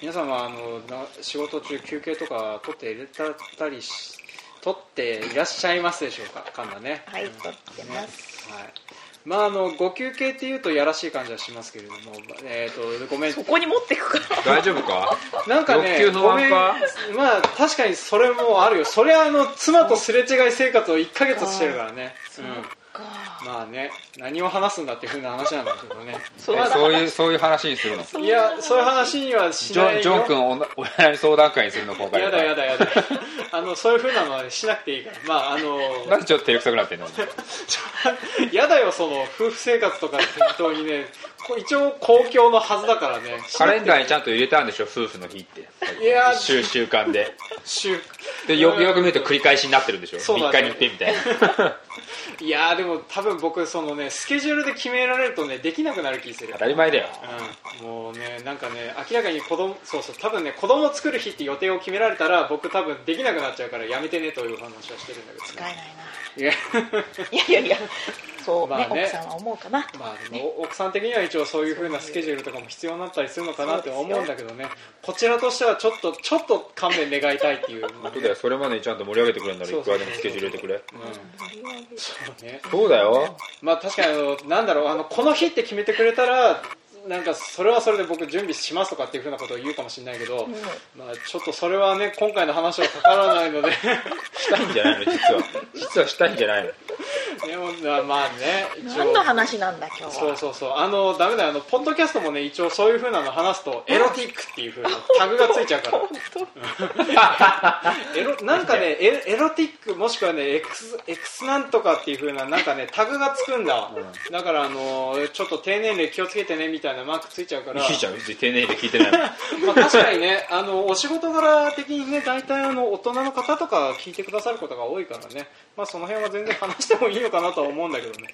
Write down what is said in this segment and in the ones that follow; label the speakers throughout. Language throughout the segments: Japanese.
Speaker 1: 皆さんはあのな仕事中休憩とか取っていたりし取っていらっしゃいますでしょうか神田ね
Speaker 2: はい、
Speaker 1: うん
Speaker 2: 撮ってます。
Speaker 1: はいまああのご休憩っていうとやらしい感じはしますけれども、えー、とごめん
Speaker 2: ここに持ってくから。
Speaker 3: 大丈夫か
Speaker 1: なんかね、
Speaker 3: 欲求不安か
Speaker 1: ごめんまあ確かにそれもあるよ。それはあの妻とすれ違い生活を1ヶ月してるからね。うん。まあね、何を話すんだっていう風な話なんだけどね。
Speaker 2: そう
Speaker 3: え
Speaker 2: だ
Speaker 3: そういうそういう話にするの
Speaker 1: いや、そういう話にはし
Speaker 3: ジ
Speaker 1: ない
Speaker 3: ョ
Speaker 1: よ。
Speaker 3: ンジョン君おなお悩み相談会にするの今回
Speaker 1: やだやだや だ。あのそういう風なのはしなくていいから。まああの。
Speaker 3: なんでちょっと照れくさくなってんの
Speaker 1: やだよその夫婦生活とか適当にねこ一応公共のはずだからね
Speaker 3: カレンダーにちゃんと入れたんでしょ夫婦の日って
Speaker 1: いや
Speaker 3: 週習慣で
Speaker 1: 週
Speaker 3: でよくよく見ると繰り返しになってるんでしょ、
Speaker 1: そうだね
Speaker 3: 3日に行ってみたいない
Speaker 1: やーでも多分僕そのねスケジュールで決められるとねできなくなる気する
Speaker 3: 当たり前だよ
Speaker 1: うんもうねなんかね明らかに子供そうそう多分ね子供を作る日って予定を決められたら僕多分できなくなっちゃうからやめてねという話はしてるんだけど
Speaker 2: 使
Speaker 1: ね
Speaker 2: えないな。
Speaker 1: いや
Speaker 2: いやいやいや、そうね,、
Speaker 1: まあね
Speaker 2: 奥さんは思うかな。
Speaker 1: まあでも奥さん的には一応そういう風なスケジュールとかも必要になったりするのかなって思うんだけどねこちらとしてはちょっとちょっと勘弁願いたいっていう、
Speaker 3: 本当だよそれまでにちゃんと盛り上げてくれるならいくらでもスケジュール入れてくれ
Speaker 1: うんそうね
Speaker 3: そうだよ
Speaker 1: まあ確かにあのなんだろうあのこの日って決めてくれたらなんかそれはそれで僕準備しますとかっていうふうなことを言うかもしれないけど、まあちょっとそれはね今回の話はかからないので
Speaker 3: したいんじゃないの実は実はしたいんじゃないの
Speaker 1: でもまあね一
Speaker 2: 何の話なんだ今日
Speaker 1: そう
Speaker 2: は。
Speaker 1: そうそうあのダメだよあのポッドキャストもね一応そういうふうなの話すとエロティックっていうふうなタグがついちゃうから エロなんかねエロエロティックもしくはねエクスエクスなんとかっていう風ななんか ねタグがつくんだわ、だからあのーちょっと低年齢気をつけてねみたいなマークついちゃうから
Speaker 3: いいじゃん別に丁寧に聞いてないもん
Speaker 1: まあ、確かにねあのお仕事柄的にね大体あの大人の方とか聞いてくださることが多いからねまあその辺は全然話してもいいのかなとは思うんだけどね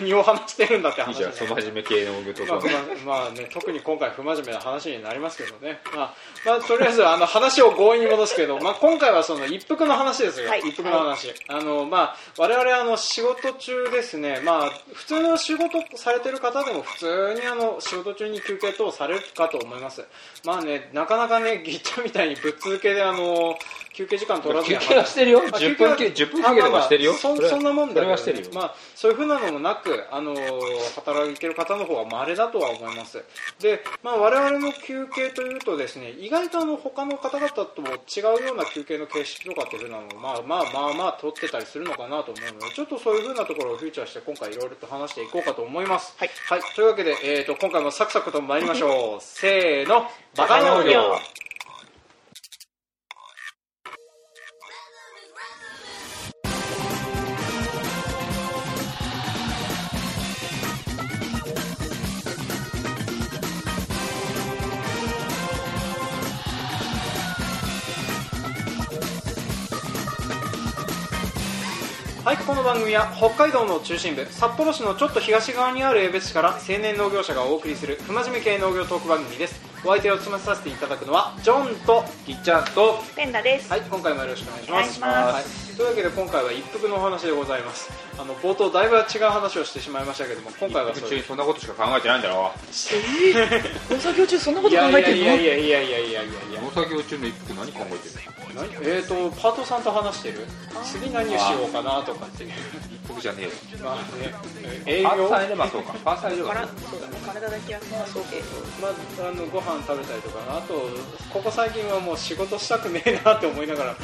Speaker 1: 何を話してるんだって
Speaker 3: いい
Speaker 1: 話
Speaker 3: じゃん
Speaker 1: だ
Speaker 3: そ真面目系の具と
Speaker 1: まあ
Speaker 3: か
Speaker 1: まあまあね、特に今回不真面目な話になりますけどね、まあまあ、とりあえずあの話を強引に戻すけど、まあ、今回はその一服の話ですよ、
Speaker 2: はい
Speaker 1: 一服の話、あのまあ、我々あの仕事中ですね、まあ、普通の仕事されてる方でも普通にあの仕事中に休憩等されるかと思います、まあね、なかなかねギッチャみたいにぶっ続けであの休憩時間取らずに
Speaker 3: 休憩はしてるよ
Speaker 1: あ
Speaker 3: 10分
Speaker 1: 休
Speaker 3: 休
Speaker 1: 憩
Speaker 3: 10分休憩とかしてるよ
Speaker 1: あまあまあそ
Speaker 3: れは
Speaker 1: そんなもんだ
Speaker 3: そ
Speaker 1: け
Speaker 3: れ
Speaker 1: ど
Speaker 3: はしてるよ
Speaker 1: まあ、そういうふうなのもなく、あのー働いてる方の方は稀だとは思いますで、まあ、我々の休憩というとですね意外とあの他の方々とも違うような休憩の形式とかっていうふうなのを、まあ、まあまあまあ取ってたりするのかなと思うのでちょっとそういうふうなところをフィーチャーして今回いろいろと話していこうかと思います、
Speaker 2: はい
Speaker 1: というわけで、えー、と今回もサクサクと参りましょうせーのバカ農業はい、この番組は北海道の中心部札幌市のちょっと東側にある江別市から青年農業者がお送りする不真面目系農業トーク番組ですお相手を務めさせていただくのはジョンと
Speaker 3: ぎっちゃんと
Speaker 2: ペンダです。
Speaker 1: はい、今回もよろしくお願いします。
Speaker 2: お願
Speaker 1: はいというわけで今回は一服のお話でございます。あの冒頭だいぶ違う話をしてしまいましたけども、今回は
Speaker 3: 一
Speaker 1: そ
Speaker 3: 服
Speaker 1: うい
Speaker 3: 中に
Speaker 1: う。
Speaker 3: そんなことしか考えてないんだろ
Speaker 2: 農作業中そんなこ
Speaker 1: い
Speaker 2: と考
Speaker 1: やい
Speaker 2: え
Speaker 1: や
Speaker 2: てる
Speaker 1: い
Speaker 2: の？
Speaker 1: やいやいやいやいやいやいや。
Speaker 3: 農作業中の一服何考えてるの
Speaker 1: 何えっ、とパートさんと話してる。次何をしようかなとかっていう。
Speaker 3: 一服じゃねえよ
Speaker 1: まあね、営業
Speaker 3: パ。ーサーいればそうかパーサーいれ
Speaker 2: か
Speaker 3: ば
Speaker 2: らそうだね体だけはそうけど。
Speaker 1: まあ、あのご飯食べたりとかあとここ最近はもう仕事したくねえなって思いながら、ね、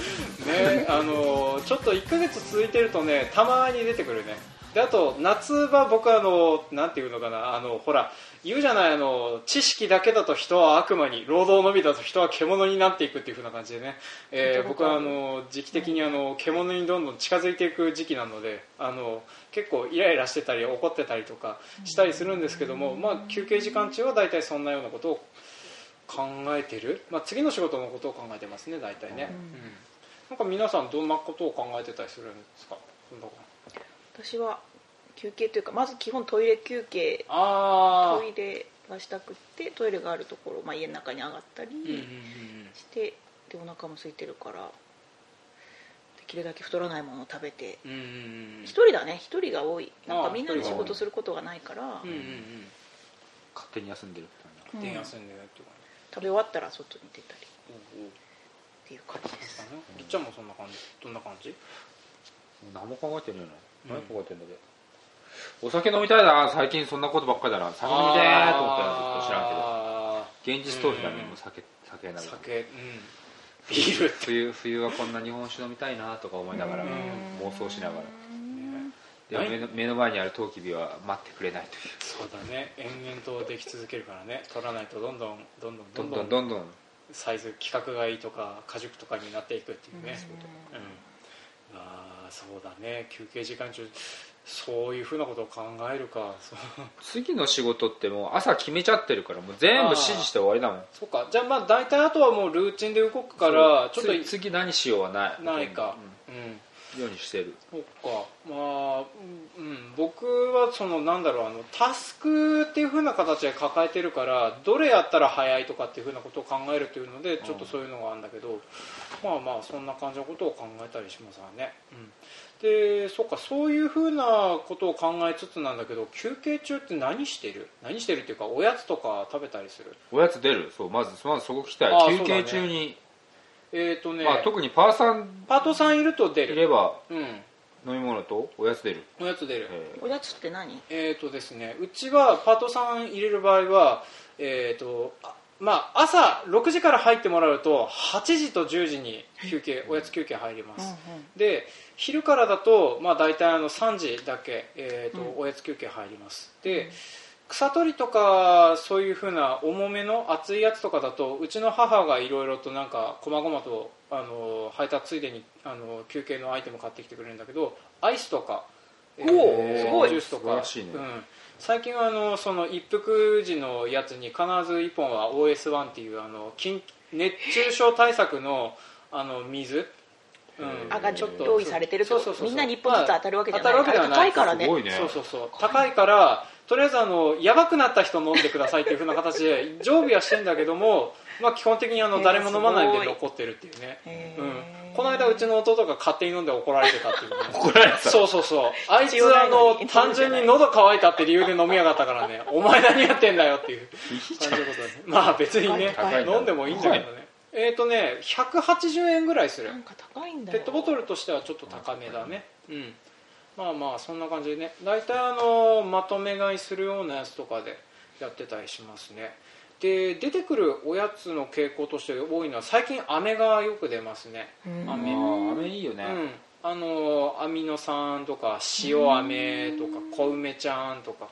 Speaker 1: あのちょっと1ヶ月続いてるとねたまに出てくるねであと夏は僕はあのなんていうのかなあのほら言うじゃないあの知識だけだと人は悪魔に労働のみだと人は獣になっていくっていう風な感じでね、えー僕はあの時期的にあの獣にどんどん近づいていく時期なのであの結構イライラしてたり怒ってたりとかしたりするんですけども、まあ、休憩時間中は大体そんなようなことを考えてる、まあ、次の仕事のことを考えてますね大体ね、うんなんか皆さんどんなことを考えてたりするんですか
Speaker 2: 私は休憩というかまず基本トイレ休憩
Speaker 1: あ
Speaker 2: トイレがしたくってトイレがあるところまあ家の中に上がったり。
Speaker 1: あ、うんうんうん
Speaker 2: してでお腹も空いてるからできるだけ太らないものを食べて
Speaker 1: うんうんうん
Speaker 2: 一人だね一人が多いなん
Speaker 1: あ
Speaker 2: か
Speaker 1: あ
Speaker 2: みんなで
Speaker 1: 一人
Speaker 2: 仕
Speaker 1: が多い
Speaker 2: 事することがないから
Speaker 1: うんうんうん
Speaker 3: 勝手に休んでるって
Speaker 2: うん
Speaker 1: 手に汗んでないとかね
Speaker 2: 食べ終わったら外に出たり
Speaker 1: うんうん
Speaker 2: っていう感じです
Speaker 1: りっちゃんもそんな感じどんな感じ
Speaker 3: 何も考えてねえな
Speaker 1: うん
Speaker 3: 何考えてんだけど、お酒飲みたいな最近そんなことばっかりだな酒飲みたいなと思ったらちょっと知らんけど現実逃避だね、
Speaker 1: うん
Speaker 3: もう酒酒な
Speaker 1: あー
Speaker 3: る
Speaker 1: 酒うんビールって
Speaker 3: 冬冬はこんな日本酒飲みたいなとか思いながら、
Speaker 1: うん
Speaker 3: 妄想しながら
Speaker 2: うん
Speaker 3: でも目の目の前にあるトウキビは待ってくれないという
Speaker 1: そうだね延々とでき続けるからね取らないとどんどんどんどん
Speaker 3: ど
Speaker 1: ど
Speaker 3: ん
Speaker 1: ん
Speaker 3: ど
Speaker 1: ど
Speaker 3: ん
Speaker 1: ん
Speaker 3: どんどん
Speaker 1: サイズ規格外とか果熟とかになっていくっていうね
Speaker 2: う
Speaker 1: うんん、あーそうだね休憩時間中そういうふうなことを考えるかそう
Speaker 3: 次の仕事ってもう朝決めちゃってるからもう全部指示して終わりだもん
Speaker 1: そうかじゃあまあ大体あとはもうルーチンで動くからちょ
Speaker 3: そう
Speaker 1: っと
Speaker 3: 次次何しようはない
Speaker 1: ないか
Speaker 3: うん
Speaker 1: うん
Speaker 3: ようにしてる
Speaker 1: そっかまあうんうん僕はそのなんだろうあのタスクっていう風な形で抱えてるからどれやったら早いとかっていう風なことを考えるというのでちょっとそういうのがあるんだけど、まあまあそんな感じのことを考えたりしますわね、うん、でそっかそういう風なことを考えつつなんだけど休憩中って何してる何してるっていうかおやつとか食べたりする
Speaker 3: おやつ出るそうまずまずそこ来た
Speaker 1: あー
Speaker 3: い休
Speaker 1: そうだね
Speaker 3: 憩中に、
Speaker 1: えっ、ー、とね、
Speaker 3: まあ、特にパーさん
Speaker 1: パートさんいると出
Speaker 3: い
Speaker 1: る
Speaker 3: れば
Speaker 1: うん
Speaker 3: 飲み物とおやつ出る、
Speaker 1: おやつ出る、
Speaker 3: え
Speaker 2: おやつって何
Speaker 1: えーとですね、うちはパートさん入れる場合は、えーとあまあ、朝6時から入ってもらうと8時と10時に休憩おやつ休憩入ります、で昼からだと、まあ、大体あの3時だけ、えーと
Speaker 2: う
Speaker 1: おやつ休憩入りますで、草取りとかそういう風な重めの熱いやつとかだとうちの母がいろいろとなんか細々とあの配達ついでにあの休憩のアイテム買ってきてくれるんだけどアイスとか、えー
Speaker 2: お
Speaker 3: ー
Speaker 1: ジ
Speaker 3: すごい
Speaker 1: ュースと
Speaker 3: 素晴
Speaker 1: から
Speaker 3: しいね
Speaker 1: うん、最近はあのその一服時のやつに必ず1本は OS1 っていうあの緊熱中症対策のあの水、うん、
Speaker 2: あが
Speaker 1: ちょっと
Speaker 2: 用意されてるってこと
Speaker 1: そうそうそうそう
Speaker 2: みんなに一本ずつ当たるわけじゃない
Speaker 1: 当たるわけではない
Speaker 2: あれ高いから
Speaker 3: すごい
Speaker 2: ね
Speaker 3: ね
Speaker 1: そうそうそう高いからとりあえずあのやばくなった人飲んでくださいっていう風な形で常備はしてんだけども、まあ、基本的にあ
Speaker 2: え
Speaker 1: の
Speaker 2: ー
Speaker 1: 誰も飲まない
Speaker 2: すご
Speaker 1: で
Speaker 2: い
Speaker 1: 残ってるっていうね、
Speaker 2: へ
Speaker 1: うん
Speaker 2: ー、
Speaker 1: この間うちの弟が勝手に飲んで怒られてたってい う、ね、
Speaker 3: 怒られてた
Speaker 1: そうそうそうあいつ
Speaker 2: 必要な
Speaker 1: あ
Speaker 2: いの
Speaker 1: の
Speaker 2: に
Speaker 1: 単純に喉乾いたって理由で飲みやがったからね お前何やってんだよっていう 感じのことですまあ別にね
Speaker 3: 高いな
Speaker 1: 飲んでもいいんだけどねえっ、とね180円ぐらいする
Speaker 2: なんか高いんだ
Speaker 1: ペ
Speaker 2: よ
Speaker 1: ットボトルとしてはちょっと高めだねうんまあまあそんな感じでね大体あのまとめ買いするようなやつとかでやってたりしますねで出てくるおやつの傾向として多いのは最近飴がよく出ますね
Speaker 2: うん
Speaker 3: ー、あ
Speaker 1: 飴
Speaker 3: ー飴いいよね、
Speaker 1: うんあのアミノ酸とか塩飴とか小梅ちゃんとか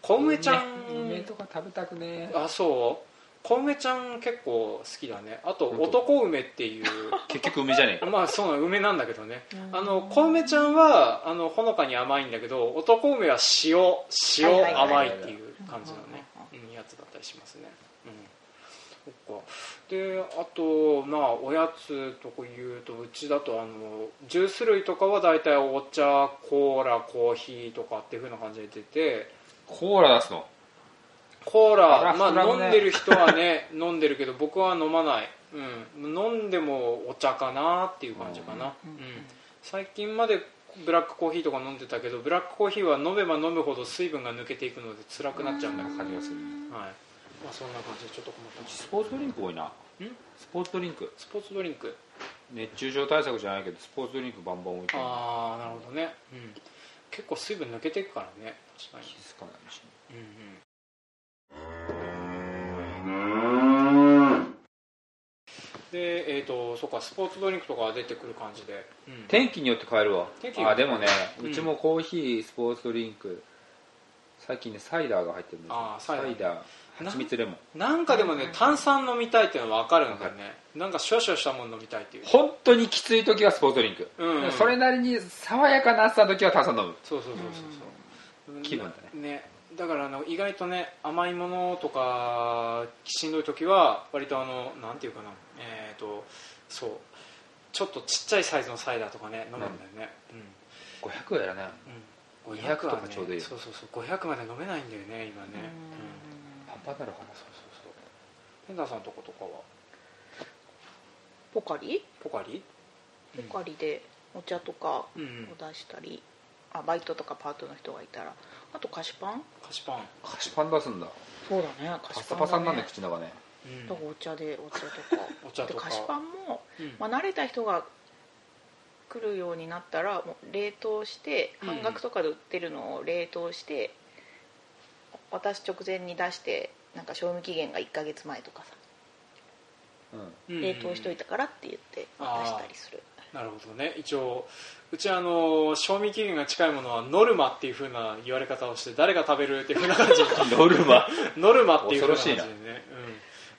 Speaker 1: 小梅ちゃん
Speaker 3: 梅とか食べたくね
Speaker 1: あそう小梅ちゃん結構好きだねあと
Speaker 3: 本当
Speaker 1: 男梅っていう
Speaker 3: 結局梅じゃねえか
Speaker 1: まあそうなの梅なんだけどね
Speaker 2: うん
Speaker 1: あの小梅ちゃんはあのほのかに甘いんだけど男梅は塩
Speaker 2: はい
Speaker 1: 塩
Speaker 2: はい
Speaker 1: 甘
Speaker 3: はい
Speaker 1: いっ
Speaker 3: はい
Speaker 1: ていう感じのね
Speaker 2: う
Speaker 1: うんやつだったりしますねうんそっかであとまあおやつとかいうとうちだとあのジュース類とかは大体お茶コーラコーヒーとかっていう風な感じで出て
Speaker 3: コーラ出すの
Speaker 1: コーラ
Speaker 3: あら
Speaker 1: ま
Speaker 3: そ
Speaker 1: あ
Speaker 3: れはね
Speaker 1: 飲んでる人はね 飲んでるけど僕は飲まない、うん、飲んでもお茶かなっていう感じかな、
Speaker 2: うんうん
Speaker 1: うん最近までブラックコーヒーとか飲んでたけどブラックコーヒーは飲めば飲むほど水分が抜けていくので辛くなっちゃうんだよ、はい
Speaker 3: 感じがする
Speaker 1: まあ、そんな感じでちょっと困った
Speaker 3: スポーツドリンク多いなスポーツドリンク
Speaker 1: スポーツドリンク
Speaker 3: 熱中症対策じゃないけどスポーツドリンクバンバン置いてる
Speaker 1: ああなるほどね、うん、結構水分抜けていくからね確かに
Speaker 3: 気づかないし
Speaker 1: うんうんでえー、とそうかスポーツドリンクとかが出てくる感じで、うん
Speaker 3: 天気によって変えるわ
Speaker 1: 天気によ
Speaker 3: あ
Speaker 1: って
Speaker 3: でもね
Speaker 1: うん
Speaker 3: うちもコーヒースポーツドリンク最近ねサイダーが入ってるんですよ
Speaker 1: あーサイ
Speaker 3: サ
Speaker 1: ダー
Speaker 3: イダー
Speaker 1: な
Speaker 3: 蜂蜜レモン
Speaker 1: なんかでもね炭酸飲みたいっていうのは分かるんだよねなんかシュワシュワしたもの飲みたいっていう
Speaker 3: 本当にきつい時はスポーツドリンク、
Speaker 1: うんうん
Speaker 3: それなりに爽やかな朝の時は炭酸飲む
Speaker 1: そうそうそうそうそう
Speaker 3: 気分だ
Speaker 1: ねだからあの意外とね甘いものとかしんどい時は割とあのなんていうかなえっ、とそうちょっとちっちゃいサイズのサイダーとかね飲むんだよね、うん
Speaker 3: 500はやらない
Speaker 1: うん
Speaker 3: 500とか
Speaker 1: はね
Speaker 3: ちょうどいい
Speaker 1: そうそうそう500まで飲めないんだよね今ね
Speaker 2: うん
Speaker 1: うん
Speaker 3: パンパンになるからそうそう
Speaker 1: ペンダーさんとことかは
Speaker 2: ポカリ
Speaker 1: ポカリ
Speaker 2: ポカリでお茶とか
Speaker 1: うんうん
Speaker 2: を出したりあバイトとかパートの人がいたらあと菓子パン
Speaker 1: 菓子パン
Speaker 3: 菓子パン出すんだ
Speaker 2: そうだね菓
Speaker 3: パッサパサになんね口の中ね
Speaker 1: うん
Speaker 2: なんかお茶でお茶とか
Speaker 1: お茶とか
Speaker 2: で菓子パンも、
Speaker 1: うん
Speaker 2: まあ、慣れた人が来るようになったらもう冷凍して
Speaker 1: うん
Speaker 2: 半額とかで売ってるのを冷凍して、渡す直前に出してなんか賞味期限が1ヶ月前とかさ
Speaker 3: うん
Speaker 1: うん
Speaker 2: 冷凍しといたからって言って渡したりする、
Speaker 1: なるほどね一応うちあの賞味期限が近いものはノルマっていう風な言われ方をして誰が食べるっていう風な 感じ
Speaker 3: ノルマ
Speaker 1: ノルマっていう風な感じでね
Speaker 3: 恐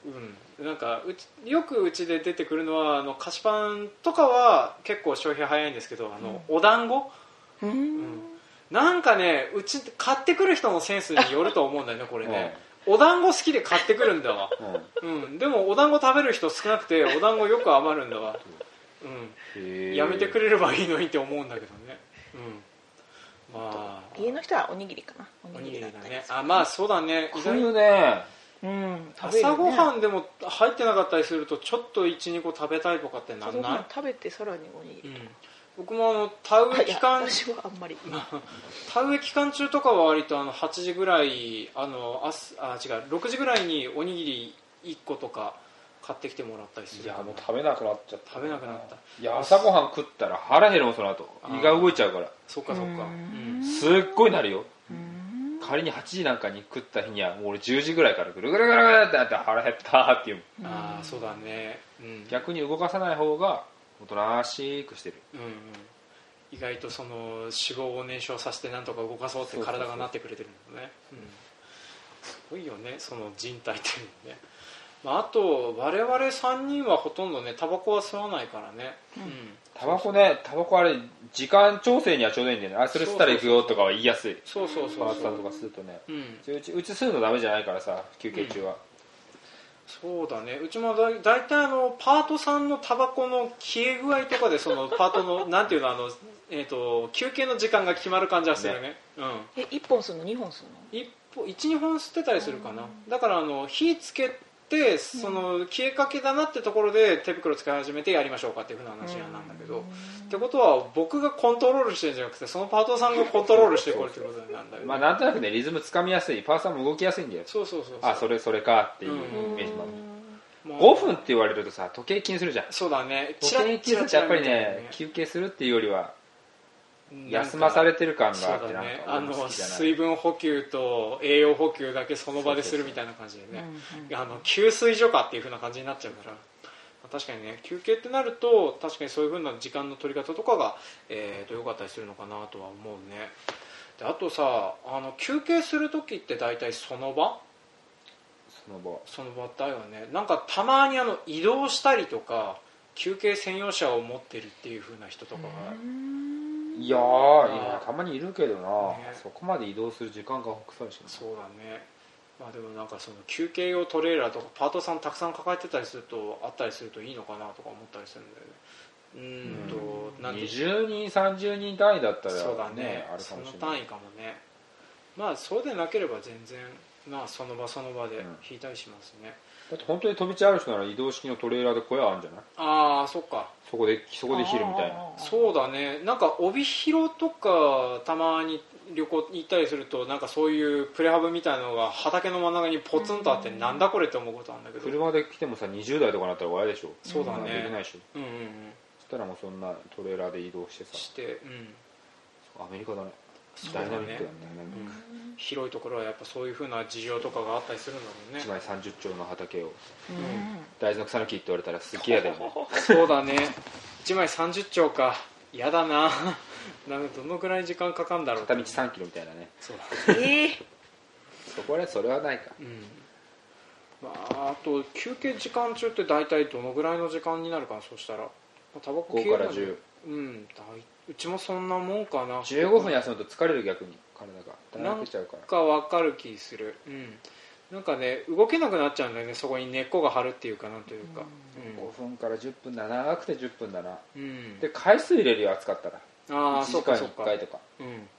Speaker 1: うん、うん、なんかうちよくうちで出てくるのはあの菓子パンとかは結構消費早いんですけどあの、お団子
Speaker 2: うん
Speaker 1: なんかねうち買ってくる人のセンスによると思うんだよねこれね、お団子好きで買ってくるんだわ
Speaker 3: うんへ
Speaker 1: うん、でもお団子食べる人少なくてお団子よく余るんだわ、う
Speaker 3: ー
Speaker 1: ん、やめてくれればいいのにって思うんだけどね、うん、まあ
Speaker 2: 家の人はおにぎりかなお
Speaker 1: お
Speaker 2: に
Speaker 1: に
Speaker 2: ぎ
Speaker 1: ぎ
Speaker 2: り
Speaker 1: り
Speaker 2: だ
Speaker 1: だ
Speaker 2: ったり
Speaker 1: ね
Speaker 2: する
Speaker 1: あまあそうだね意
Speaker 3: こう
Speaker 1: 外
Speaker 3: い
Speaker 1: に
Speaker 3: うね
Speaker 2: うん食べる、ね、
Speaker 1: 朝ごはんでも入ってなかったりするとちょっと12個食べたいとかってな
Speaker 2: 朝
Speaker 1: ん
Speaker 2: ご
Speaker 1: な
Speaker 2: はいん、食べてさらにおにぎ
Speaker 1: う
Speaker 2: り、
Speaker 1: ん、僕もあの田植
Speaker 2: あ
Speaker 1: え
Speaker 2: いや
Speaker 1: 期間
Speaker 2: 私はあんまり、
Speaker 1: 田植え期間中とかは割とあの8時ぐらいあのあすあ違う6時ぐらいにおにぎり1個とか買ってきてもらったりする
Speaker 3: いやもう食べなくなっちゃった
Speaker 1: 食べなくなった
Speaker 3: いや朝ごはん食ったら腹減るもんその後
Speaker 1: あー
Speaker 3: 胃が動いちゃうから
Speaker 1: そっかそっか
Speaker 2: う
Speaker 1: うん
Speaker 2: ん
Speaker 3: すっごいなるよ
Speaker 2: うん
Speaker 3: 仮に8時なんかに食った日にはもう俺10時ぐらいからぐるぐるぐるぐるってなって腹減ったーっていう
Speaker 1: ああそうだねうん、
Speaker 3: 逆に動かさない方がおとなしくしてる
Speaker 1: うんうん、意外とその脂肪を燃焼させてなんとか動かそうって体がなってくれてるんだねうんすごいよねその人体っていうのね、まあ、あと我々3人はほとんどねタバコは吸わないからね
Speaker 2: うん
Speaker 1: うん
Speaker 3: タバコねタバコあれ時間調整にはちょうどいいんだよねあそれ吸ったら行くよとかは言いやすい
Speaker 1: そうそうそ
Speaker 3: バ
Speaker 1: う
Speaker 3: ー
Speaker 1: そ
Speaker 3: さんとか
Speaker 1: う
Speaker 3: 吸うとね
Speaker 1: うん、
Speaker 3: うちうち吸うのダメじゃないからさ休憩中は、
Speaker 1: そうだねうちもだい大体あのパートさんのタバコの消え具合とかでそのパートの なんていうのあの、えー、と休憩の時間が決まる感じはするねうん
Speaker 2: え1本するの2本するの
Speaker 1: 一歩12本吸ってたりするかな、だからあの火つけてその消えかけだなってところで手袋使い始めてやりましょうかっていうふうな話なんだけど、ってことは僕がコントロールしてるんじゃなくてそのパートさんがコントロールしてこれってことなんだよね、
Speaker 3: まあなんとなくねリズムつかみやすいパーさんも動きやすいんだよ
Speaker 1: そうそうそう
Speaker 3: あそ
Speaker 1: れ、
Speaker 3: れそれかっていう
Speaker 1: うん
Speaker 3: イメージもある、
Speaker 1: まあ
Speaker 3: 5分って言われるとさ時計気にするじゃん
Speaker 1: そうだね
Speaker 3: 時計気にするってやっぱりね
Speaker 1: チ
Speaker 3: 休憩するっていうよりは
Speaker 1: ラチラ
Speaker 3: 休まさ
Speaker 1: れ
Speaker 3: れてる感
Speaker 1: そう
Speaker 3: があっ
Speaker 1: だ
Speaker 3: てなん
Speaker 1: ね
Speaker 3: か
Speaker 1: あ
Speaker 3: 俺も
Speaker 1: の
Speaker 3: 好きじゃない
Speaker 1: 水分補給と栄養補給だけその場でするみたいな感じでね、あの給水所かっていう風な感じになっちゃうからまあ確かにね休憩ってなると確かにそういう風な時間の取り方とかが、えー、と良かったりするのかなとは思うねであとさあの休憩する時って大体その場
Speaker 3: その場
Speaker 1: その場だよねなんかたまにあの移動したりとか休憩専用車を持ってるっていう風な人とかが
Speaker 3: いやー今たまにいるけどな、
Speaker 1: ね
Speaker 3: そこまで移動する時間が北斎しか
Speaker 1: そうだねまあでもなんかその休憩用トレーラーとかパートさんたくさん抱えてたりするとあったりするといいのかなとか思ったりするんだよねうーんとなんていうの
Speaker 3: 20人30人単位だったら、
Speaker 1: そうだね
Speaker 3: あるか
Speaker 1: その
Speaker 3: もしれな
Speaker 1: 単
Speaker 3: い
Speaker 1: 位かもねまあそうでなければ全然まあその場その場で
Speaker 3: うん
Speaker 1: 引いたりしますね、
Speaker 3: だって本当に飛び地ある人なら移動式のトレーラーで小屋あるんじゃない
Speaker 1: ああそっか
Speaker 3: そこでそこで昼みたいな
Speaker 2: な
Speaker 1: そうだねなんか帯広とかたまに旅行行ったりするとなんかそういうプレハブみたいなのが畑の真ん中にポツンとあって
Speaker 2: うん
Speaker 1: なんだこれって思うことあるんだけど
Speaker 3: 車で来てもさ20代とかになったら親でしょ
Speaker 1: そうだね
Speaker 3: んなのできないでしょ
Speaker 1: うんうん
Speaker 3: そしたらもうそんなトレーラーで移動して
Speaker 1: うん
Speaker 3: さ
Speaker 1: してうん
Speaker 3: アメリカだね
Speaker 1: そう
Speaker 3: ダ
Speaker 1: だ
Speaker 3: イナミッ
Speaker 1: ね
Speaker 3: クだねダイナミック
Speaker 1: 広いところはやっぱそういうふうな事情とかがあったりするんだもんね
Speaker 3: 1枚30丁の畑を
Speaker 2: うん
Speaker 3: 大豆の草の木って言われたらすっげえやだよね
Speaker 1: そうだね1枚30兆かやだな なんかどのくらい時間かかんだろう
Speaker 3: 片道3キロみたいなね
Speaker 1: そうだ、
Speaker 2: ええ
Speaker 3: そこはそれはないか
Speaker 1: うんまあ、あと休憩時間中って大体どのぐらいの時間になるかなそしたらまあタバコ
Speaker 3: 5
Speaker 1: 消
Speaker 3: か
Speaker 1: えるの
Speaker 3: ら
Speaker 1: に
Speaker 3: 1015
Speaker 1: うん大うちもそんなもんかな
Speaker 3: 分休むと疲れる逆に体がだらけちゃうから
Speaker 1: なんかわかる気するうんなんかね動けなくなっちゃうんだよねそこに根っこが張るっていうかなんというか
Speaker 3: 5分から10分だな長くて10分だな
Speaker 1: うん、うん
Speaker 3: で回数入れるよ暑かったら
Speaker 1: ああ
Speaker 3: 1
Speaker 1: そう
Speaker 3: 時
Speaker 1: か
Speaker 3: 間
Speaker 1: そ
Speaker 3: に
Speaker 1: うか
Speaker 3: 1回とか
Speaker 1: うん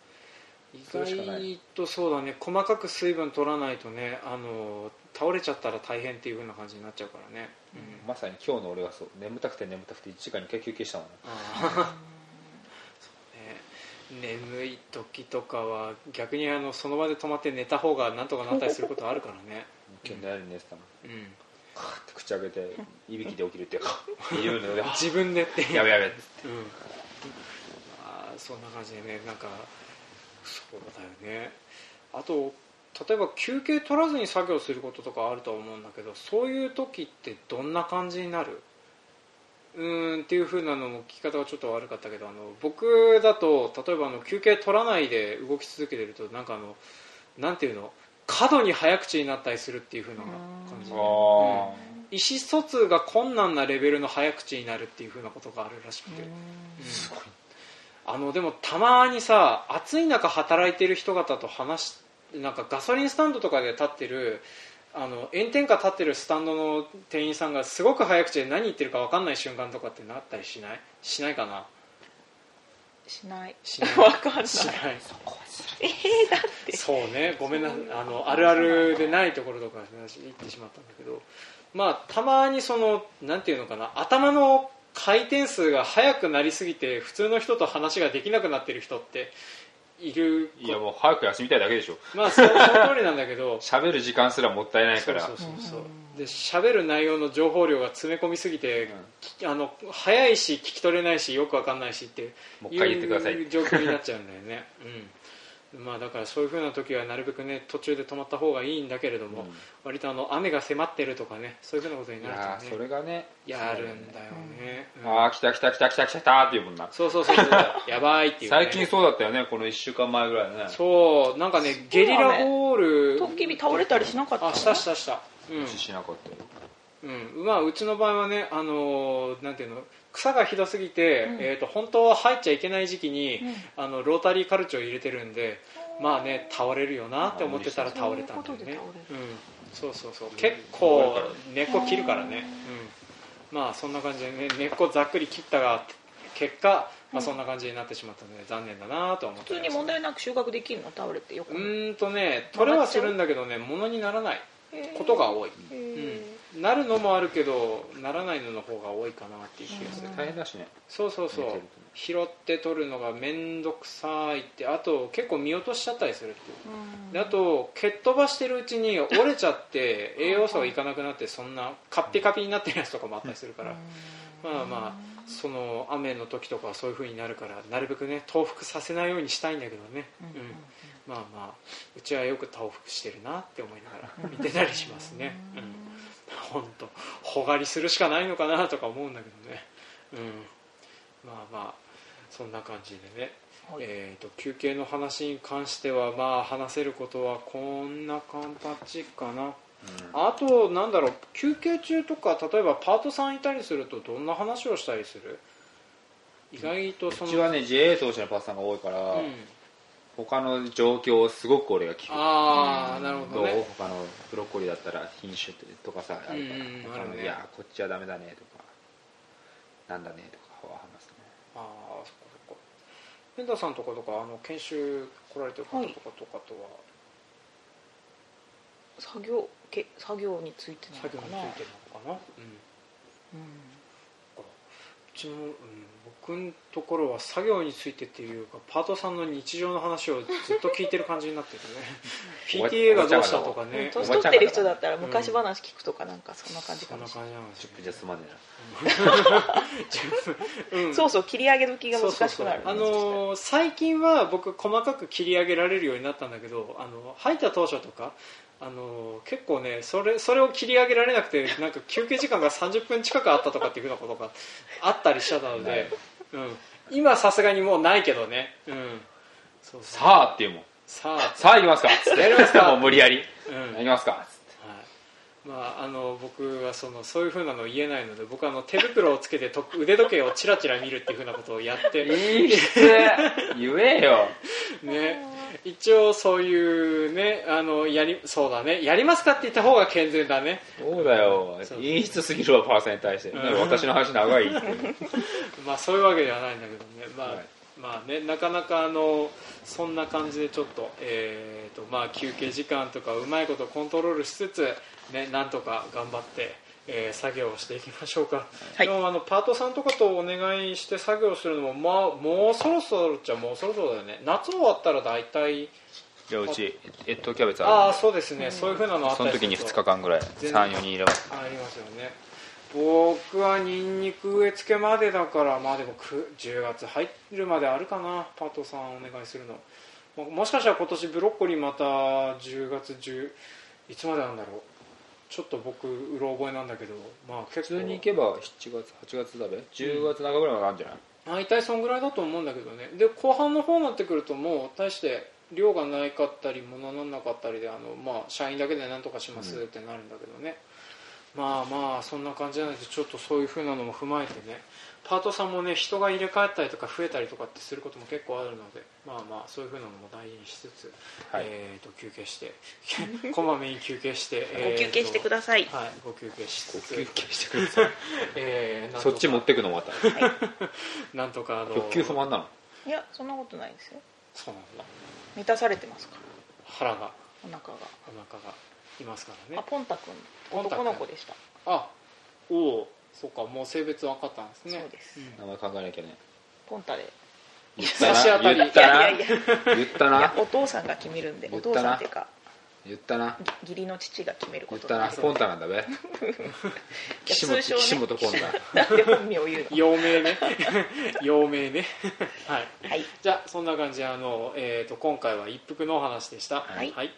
Speaker 1: 意
Speaker 3: それしかない
Speaker 1: 外とそうだね細かく水分取らないとねあの倒れちゃったら大変っていう風な感じになっちゃうからね、うん
Speaker 3: まさに今日の俺がそう眠たくて眠たくて1時間に1回休憩したもんね
Speaker 1: あーね眠い時とかは逆にあのその場で止まって寝た方がなんとかなったりすることあるからね、
Speaker 3: 今日寝られる寝てたもん
Speaker 1: うん、
Speaker 3: カーって口開 けていびきで起きるっていうか言うので
Speaker 1: 自分でって
Speaker 3: やべやべ
Speaker 1: うんあーそんな感じでねなんかそうだよねあと例えば休憩取らずに作業することとかあると思うんだけどそういう時ってどんな感じになるうーんっていう風なのも聞き方がちょっと悪かったけどあの僕だと例えばあの休憩取らないで動き続けてるとなんかあのなんていうの過度に早口になったりするっていう風な感じ
Speaker 3: あ
Speaker 1: で
Speaker 3: ー
Speaker 1: 意思疎通が困難なレベルの早口になるっていう風なことがあるらしくて、すごいあのでもたまにさ暑い中働いてる人方と話しなんかガソリンスタンドとかで立ってるあの炎天下立ってるスタンドの店員さんがすごく早口で何言ってるか分かんない瞬間とかってなったりしないしないかな
Speaker 2: しない
Speaker 1: しない
Speaker 2: わかんない
Speaker 1: しない
Speaker 2: えー、だって
Speaker 1: そうねごめんなあのあるあるでないところとか言ってしまったんだけどまあたまにそのなんていうのかな頭の回転数が速くなりすぎて普通の人と話ができなくなってる人っている
Speaker 3: いやもう早く休みたいだけでしょ
Speaker 1: まあそその通りなんだけど
Speaker 3: 喋る時間すらもったいない
Speaker 1: そ
Speaker 3: か
Speaker 1: う
Speaker 3: ら
Speaker 1: そうそうそうで喋る内容の情報量が詰め込みすぎて、きあの早いし聞き取れないしよくわかんないしって
Speaker 3: もう一回言ってください
Speaker 1: いう状況になっちゃうんだよね、うんまあ、だからそういうふうな時はなるべくね途中で止まった方がいいんだけれども、
Speaker 3: うん
Speaker 1: 割とあの雨が迫ってるとかねそういうふうなことに
Speaker 3: い
Speaker 1: なる
Speaker 3: や
Speaker 1: と
Speaker 3: ー
Speaker 1: ね
Speaker 3: それがね
Speaker 1: やるんだよね、うん
Speaker 3: ああ来た来た来た来た来た来たっていうもんな
Speaker 1: そうそうそうそう やばいっていう、ね、
Speaker 3: 最近そうだったよねこの1週間前ぐらいね
Speaker 1: そうなんかねゲリラホール
Speaker 2: トッキビ倒れたりしなかったの
Speaker 1: あしたしたした、うん
Speaker 3: 無視しなかったよ
Speaker 1: うんまあ、うちの場合はね、あのーなんていうの草がひどすぎて、
Speaker 2: うん
Speaker 1: えー、と本当は入っちゃいけない時期に、
Speaker 2: うん
Speaker 1: あのロータリーカルチを入れてるんで、まあね倒れるよなって思ってたら
Speaker 3: あ
Speaker 1: 倒れたんだよ
Speaker 2: そうい
Speaker 1: ね
Speaker 2: うことで倒
Speaker 1: うん、そうそうそう結構
Speaker 3: 倒れたらね
Speaker 1: 根っこ切るからね、うん、まあそんな感じでね根っこざっくり切ったが結果、まあ、そんな感じになってしまったので、残念だなとは思って
Speaker 2: 普通に問題なく収穫できるの倒れてよく
Speaker 1: うーんとね取れはするんだけどね物にならないことが多い、
Speaker 2: へー
Speaker 1: うん、なるのもあるけどならないのの方が多いかなっていう気がする、
Speaker 2: うん
Speaker 3: 大変だしね
Speaker 1: そうそうそう
Speaker 3: 見てるとね
Speaker 1: 拾って取るのが面倒くさいってあと結構見落としちゃったりするっていう
Speaker 2: うん
Speaker 1: であと蹴っ飛ばしてるうちに折れちゃって栄養素がいかなくなってそんなカッピカピになってるやつとかもあったりするから、まあまあその雨の時とかはそういう風になるからなるべくね倒伏させないようにしたいんだけどね、
Speaker 2: うん
Speaker 1: うんまあまあうちはよく倒伏してるなって思いながら見てたりしますね、うん、本当ほがりするしかないのかなとか思うんだけどね、うん、まあまあそんな感じでね、
Speaker 2: はい
Speaker 1: えー、と休憩の話に関してはまあ話せることはこんな形かなあとなんだろう休憩中とか例えばパートさんいたりするとどんな話をしたりする意外とそうの
Speaker 3: ちはね JA 投手のパスさんが多いから、
Speaker 1: うん、
Speaker 3: 他の状況をすごく俺が聞く
Speaker 1: ああなるほ
Speaker 3: ど
Speaker 1: ど
Speaker 3: う
Speaker 1: ね
Speaker 3: 他のブロッコリーだったら品種とかさあるから、
Speaker 1: うんうん
Speaker 3: 他
Speaker 1: あ
Speaker 3: の
Speaker 1: るね
Speaker 3: いやこっちはダメだねとかなんだねとかは話すね
Speaker 1: ああそっかそっかペンダさんとかとかあの研修来られてる方とかとかとは、
Speaker 2: 作業け作業についてなの
Speaker 1: 作業
Speaker 2: か
Speaker 1: につ
Speaker 2: ない
Speaker 1: てなのかな、うんうちの、うん、僕のところは作業についてっていうかパートさんの日常の話をずっと聞いてる感じになって るね PTA がどうしたとか
Speaker 2: うん
Speaker 1: ね
Speaker 2: 年取ってる人だったら昔話聞くとかなんかそんな感じ
Speaker 1: そ
Speaker 2: か
Speaker 1: ん
Speaker 2: も
Speaker 1: な
Speaker 2: しれな
Speaker 1: 感じなんです
Speaker 3: 10
Speaker 1: よ
Speaker 3: 分じゃ済まね
Speaker 1: うん
Speaker 2: いそうそう切り上げ時が
Speaker 1: そうそ
Speaker 2: 難
Speaker 1: う
Speaker 2: し
Speaker 1: そう
Speaker 2: くなるね
Speaker 1: あのー最近は僕細かく切り上げられるようになったんだけどあの入った当初とかあのー結構ねそれそれを切り上げられな くてなんか休憩時間が30分近くあったとかっていうふうなことがあったりしちゃったの
Speaker 3: ない
Speaker 1: で、うん、今さすがにもうないけどね、うん、そうそう
Speaker 3: えさあっていうもん
Speaker 1: さあ、
Speaker 3: さあ行き ますかやります
Speaker 1: か
Speaker 3: もう無理やり
Speaker 1: うん
Speaker 3: 行きますか
Speaker 1: はい、まああの僕はそのそういう風なの言えないので僕はあの手袋をつけてと腕時計をチラチラ見るっていう風なことをやって
Speaker 3: いいっす言えよ
Speaker 1: ね、一応そういうねあのやりそうだねやりますかって言った方が健全だね
Speaker 3: そうだよ
Speaker 1: そう
Speaker 3: いい人すぎるわパーさんに対して、ね
Speaker 1: うん
Speaker 3: 私の話長い って
Speaker 1: まあそういうわけではないんだけどねまあ、
Speaker 3: はい
Speaker 1: まあねなかなかあのそんな感じでちょっと,、えーとまあ、休憩時間とかうまいことコントロールしつつ、ね、なんとか頑張って、えー作業をしていきましょうか、
Speaker 2: はい
Speaker 1: でもあのパートさんとかとお願いして作業するのも、まあ、もうそろそろっちゃもうそろそろだよね夏終わったら大体
Speaker 4: 両打ち越冬キャベツ
Speaker 1: あ
Speaker 4: あ
Speaker 1: あそうですね、そういうふうなのあった
Speaker 4: そ
Speaker 1: り
Speaker 4: の
Speaker 1: する
Speaker 4: 時
Speaker 1: と
Speaker 4: に2日間ぐらい
Speaker 1: 全然
Speaker 4: 34人いれば
Speaker 1: ありますよね僕はニンニク植え付けまでだからまあでもく10月入るまであるかなパートさんお願いするのももしかしたら今年ブロッコリーまた10月10いつまでなんだろうちょっと僕うろ覚えなんだけどまあ結
Speaker 4: 普通に行
Speaker 1: 構
Speaker 4: けば7月8月だべ10月中ぐらいまであるんじゃない、
Speaker 1: 大体そんぐらいだと思うんだけどねで後半の方になってくるともう大して量がないかったり物なんなかったりであの、まあ、社員だけで何とかしますってなるんだけどね、まあまあそんな感じなんでちょっとそういうふうなのも踏まえてねパートさんもね人が入れ替えたりとか増えたりとかってすることも結構あるのでまあまあそういうふうなのも大事にしつつ、
Speaker 4: はい
Speaker 1: えー、と休憩して こまめに休憩して
Speaker 2: ご休憩してく
Speaker 1: だ
Speaker 2: ださい、
Speaker 1: はいご休憩しつつ
Speaker 4: 休憩してください
Speaker 1: えーなんと
Speaker 4: そ
Speaker 1: か
Speaker 4: っち持ってくのまた
Speaker 1: なんとかあの
Speaker 4: 欲求不満なの
Speaker 2: いやそんなことないですよ
Speaker 1: そうなんだ
Speaker 2: 満たされてますから
Speaker 1: 腹が
Speaker 2: お腹が、
Speaker 1: お腹がいますから
Speaker 2: あ
Speaker 1: ね
Speaker 2: ポンタ君
Speaker 1: ポンタ君
Speaker 2: 男の子でした、
Speaker 1: あおおそっかもう性別分かったんですね
Speaker 2: そうです、
Speaker 1: ん
Speaker 4: 名前考えなきゃね
Speaker 2: ポンタで
Speaker 4: 言っ
Speaker 1: 差し
Speaker 4: た
Speaker 1: 当た
Speaker 4: な
Speaker 1: り
Speaker 4: 言っ
Speaker 2: い
Speaker 4: た
Speaker 2: や
Speaker 4: ない
Speaker 2: やいやい
Speaker 4: 言ったな
Speaker 2: やお父さんが決めるんで
Speaker 4: 言
Speaker 2: お
Speaker 4: った
Speaker 2: 父
Speaker 4: な
Speaker 2: さんっていうか
Speaker 4: 言ったな
Speaker 2: ぎ義理の父が決める
Speaker 4: 言っ
Speaker 2: こと
Speaker 4: たな
Speaker 2: で
Speaker 4: ポンタなんだべ岸本
Speaker 2: 通称ね
Speaker 4: 岸本ポン
Speaker 2: なんで本名を言う
Speaker 1: 陽明ね 陽明ね はい
Speaker 2: のはい
Speaker 1: じゃあそんな感じであの、えー、と今回は一服のお話でした
Speaker 2: はい
Speaker 1: はい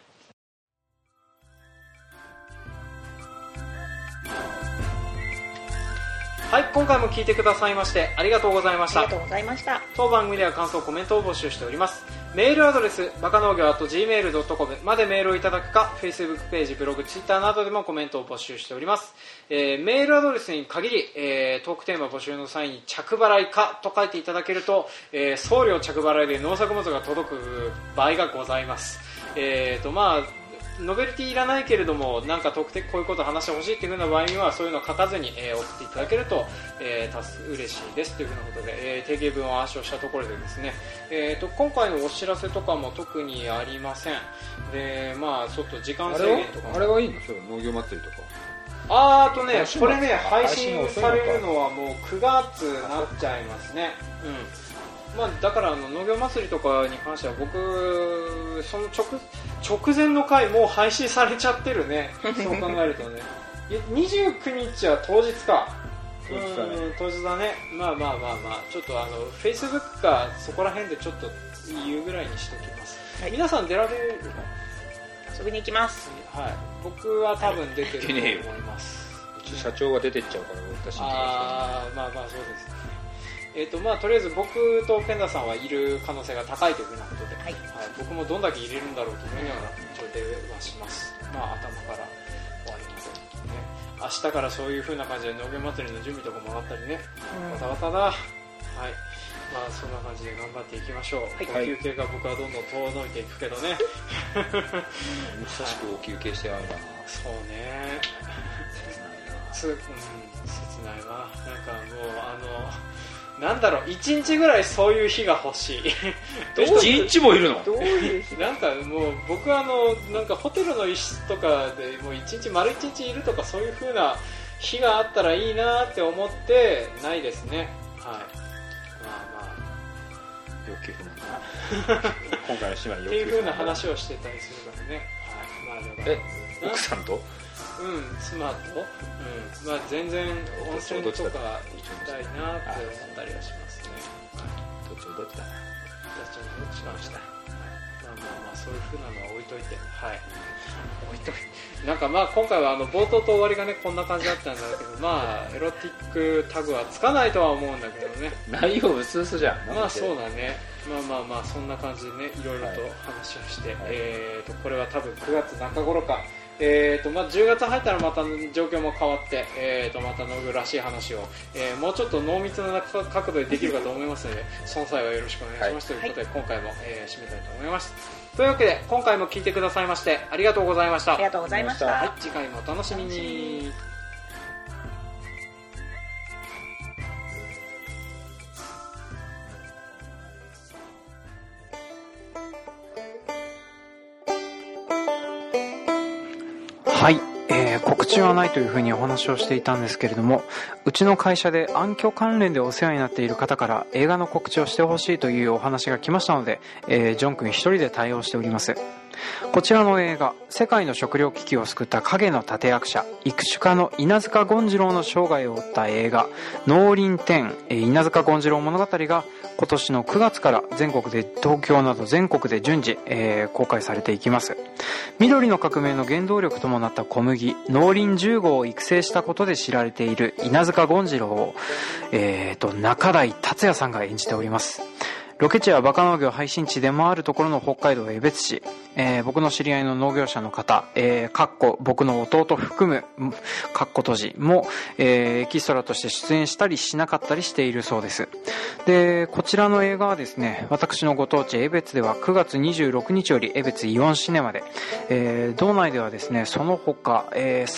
Speaker 1: はい、今回も聞いてくださいましてありがとうございまし
Speaker 2: あり
Speaker 1: た
Speaker 2: がとうございました
Speaker 1: 当番組では感想コメントを募集しておりますメールアドレスバカ農業 .gmail.com までメールをいただくか Facebook ページブログ Twitter などでもコメントを募集しております、えーメールアドレスに限り、えートークテーマ募集の際に着払いかと書いていただけると、えー送料着払いで農作物が届く場合がございますえーとまあノベルティいらないけれどもなんか特定こういうこと話してほしいっていうふうな場合にはそういうのを書かずに、えー送っていただけると、えー、多数嬉しいですというふうなことで、えー定型文を暗唱したところでですね、えー、と今回のお知らせとかも特にありませんでまあちょっと時間
Speaker 4: あ
Speaker 1: 制
Speaker 4: れは
Speaker 1: 限とかも
Speaker 4: あれはいいのそう農業祭りとか
Speaker 1: あーあとね
Speaker 4: 配、信
Speaker 1: こ
Speaker 4: は
Speaker 1: れね、配
Speaker 4: 配信
Speaker 1: 信
Speaker 4: は遅いの
Speaker 1: さ
Speaker 4: か
Speaker 1: れるのはもう9月になっちゃいますね。うん。まあ、だからあの農業祭りとかに関しては僕、その直直前の回もう配信されちゃってるね。そう考えるとね。いや29日は当日か。
Speaker 4: 当日だね
Speaker 1: うん当日だね。まあまあまあまあ、ちょっとあの、Facebook かそこら辺でちょっと言うぐらいにしておきます。
Speaker 2: はい
Speaker 1: 皆さん出られるの
Speaker 2: 遊びに行きます
Speaker 1: はい。僕は多分出てると
Speaker 4: 出ねえよ
Speaker 1: 思います。
Speaker 4: うち社長が出てっちゃうから私に
Speaker 1: あーまあまあそうですねえっ、とまあとりあえず僕とフェンダーさんはいる可能性が高いというふうなことで、
Speaker 2: はい
Speaker 1: 僕もどんだけ入れるんだろうと思いながら調整はしますまあ頭から終わりませんね明日からそういうふうな感じで農業祭りの準備とかもあったりね
Speaker 2: う
Speaker 1: バ
Speaker 2: ん
Speaker 1: タバタだはいまあそんな感じで頑張っていきましょう、
Speaker 2: はい
Speaker 1: この休憩が僕はどんどん遠のいていくけどね
Speaker 4: 久しくお休憩してないな
Speaker 1: そうね
Speaker 4: 切ないな
Speaker 1: つ うん、切ないわなんかもうあのなんだろう1日ぐらいそういう日が欲しい
Speaker 2: どういう
Speaker 4: 一日もいるの
Speaker 2: どういう日
Speaker 1: なんかもう僕はあのなんかホテルの一室とかでもう1日丸1日いるとかそういう風な日があったらいいなって思ってないですねはいまあまあ
Speaker 4: 欲求不満だな今回の島に
Speaker 1: っ
Speaker 4: 欲
Speaker 1: てい
Speaker 4: 求
Speaker 1: う風
Speaker 4: 不満
Speaker 1: な
Speaker 4: だ
Speaker 1: 話をしてたりするからねはいまあだから
Speaker 4: え奥さんと
Speaker 1: うん妻と、うんまあ、全然温泉とか行きたいなって思ったりはしますねはい
Speaker 4: どっちもどっちだな
Speaker 1: じゃあちょっとどっちかしたまあまあまあそういうふうなのは置いといてはい置いといてなんかまあ今回はあの冒頭と終わりがねこんな感じだったんだけどまあエロティックタグはつかないとは思うんだけどね
Speaker 4: 内容薄々じゃん
Speaker 1: まあそう
Speaker 4: だ
Speaker 1: だねまあまあまあそんな感じでねいろいろと
Speaker 4: はい
Speaker 1: 話をして、
Speaker 4: はい
Speaker 1: えー、とこれは多分9月中頃かえーとまあ、10月入ったらまた状況も変わって、えー、とまた農業らしい話を、えーもうちょっと濃密な角度でできるかと思いますのでその際はよろしくお願いします、
Speaker 2: はい
Speaker 1: ということで、今回も、えー締めたいと思いますというわけで今回も聞いてくださいましてありがとうございました
Speaker 2: ありがとうございまし
Speaker 4: あ
Speaker 2: た
Speaker 1: はい、次回もお楽しみ
Speaker 2: 楽しみ
Speaker 1: に
Speaker 2: に
Speaker 1: はい、えー告知はないというふうにお話をしていたんですけれどもうちの会社で暗渠関連でお世話になっている方から映画の告知をしてほしいというお話が来ましたので、えージョン君一人で対応しておりますこちらの映画世界の食糧危機を救った影の立役者育種家の稲塚権次郎の生涯を追った映画「農林天えー稲塚権次郎物語」が今年の9月から全国で東京など全国で順次、えー公開されていきます緑の革命の原動力ともなった小麦農林10号を育成したことで知られている稲塚権次郎を、えー、と中台達也さんが演じておりますロケ地はバカ農業配信地でもあるところの北海道江別市、えー僕の知り合いの農業者の方、えーかっこ僕の弟含むんかっこ閉じも、えーエキストラとして出演したりしなかったりしているそうですでこちらの映画はですね私のご当地江別では9月26日より江別イオンシネマで、えー道内ではですねその他、えー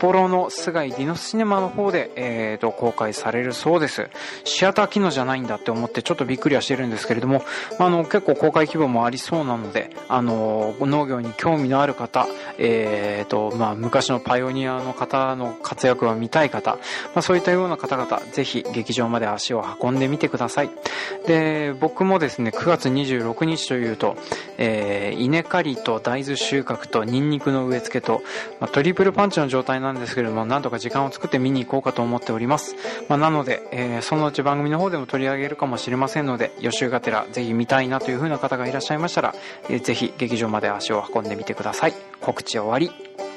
Speaker 1: 札幌の菅井ディノスシネマの方で、えー、と公開されるそうですシアター機能じゃないんだって思ってちょっとびっくりはしてるんですけれども、まあ、あの結構公開規模もありそうなのであの農業に興味のある方、えーとまあ、昔のパイオニアの方の活躍が見たい方、まあ、そういったような方々ぜひ劇場まで足を運んでみてくださいで僕もですね9月26日というと、えー稲刈りと大豆収穫とニンニクの植え付けと、まあ、トリプルパンチの状態なんですけれどもなんとか時間を作って見に行こうかと思っております、まあ、なので、えーそのうち番組の方でも取り上げるかもしれませんので予習がてらぜひ見たいなというふうな方がいらっしゃいましたら、えーぜひ劇場まで足を運んでみてください告知終わり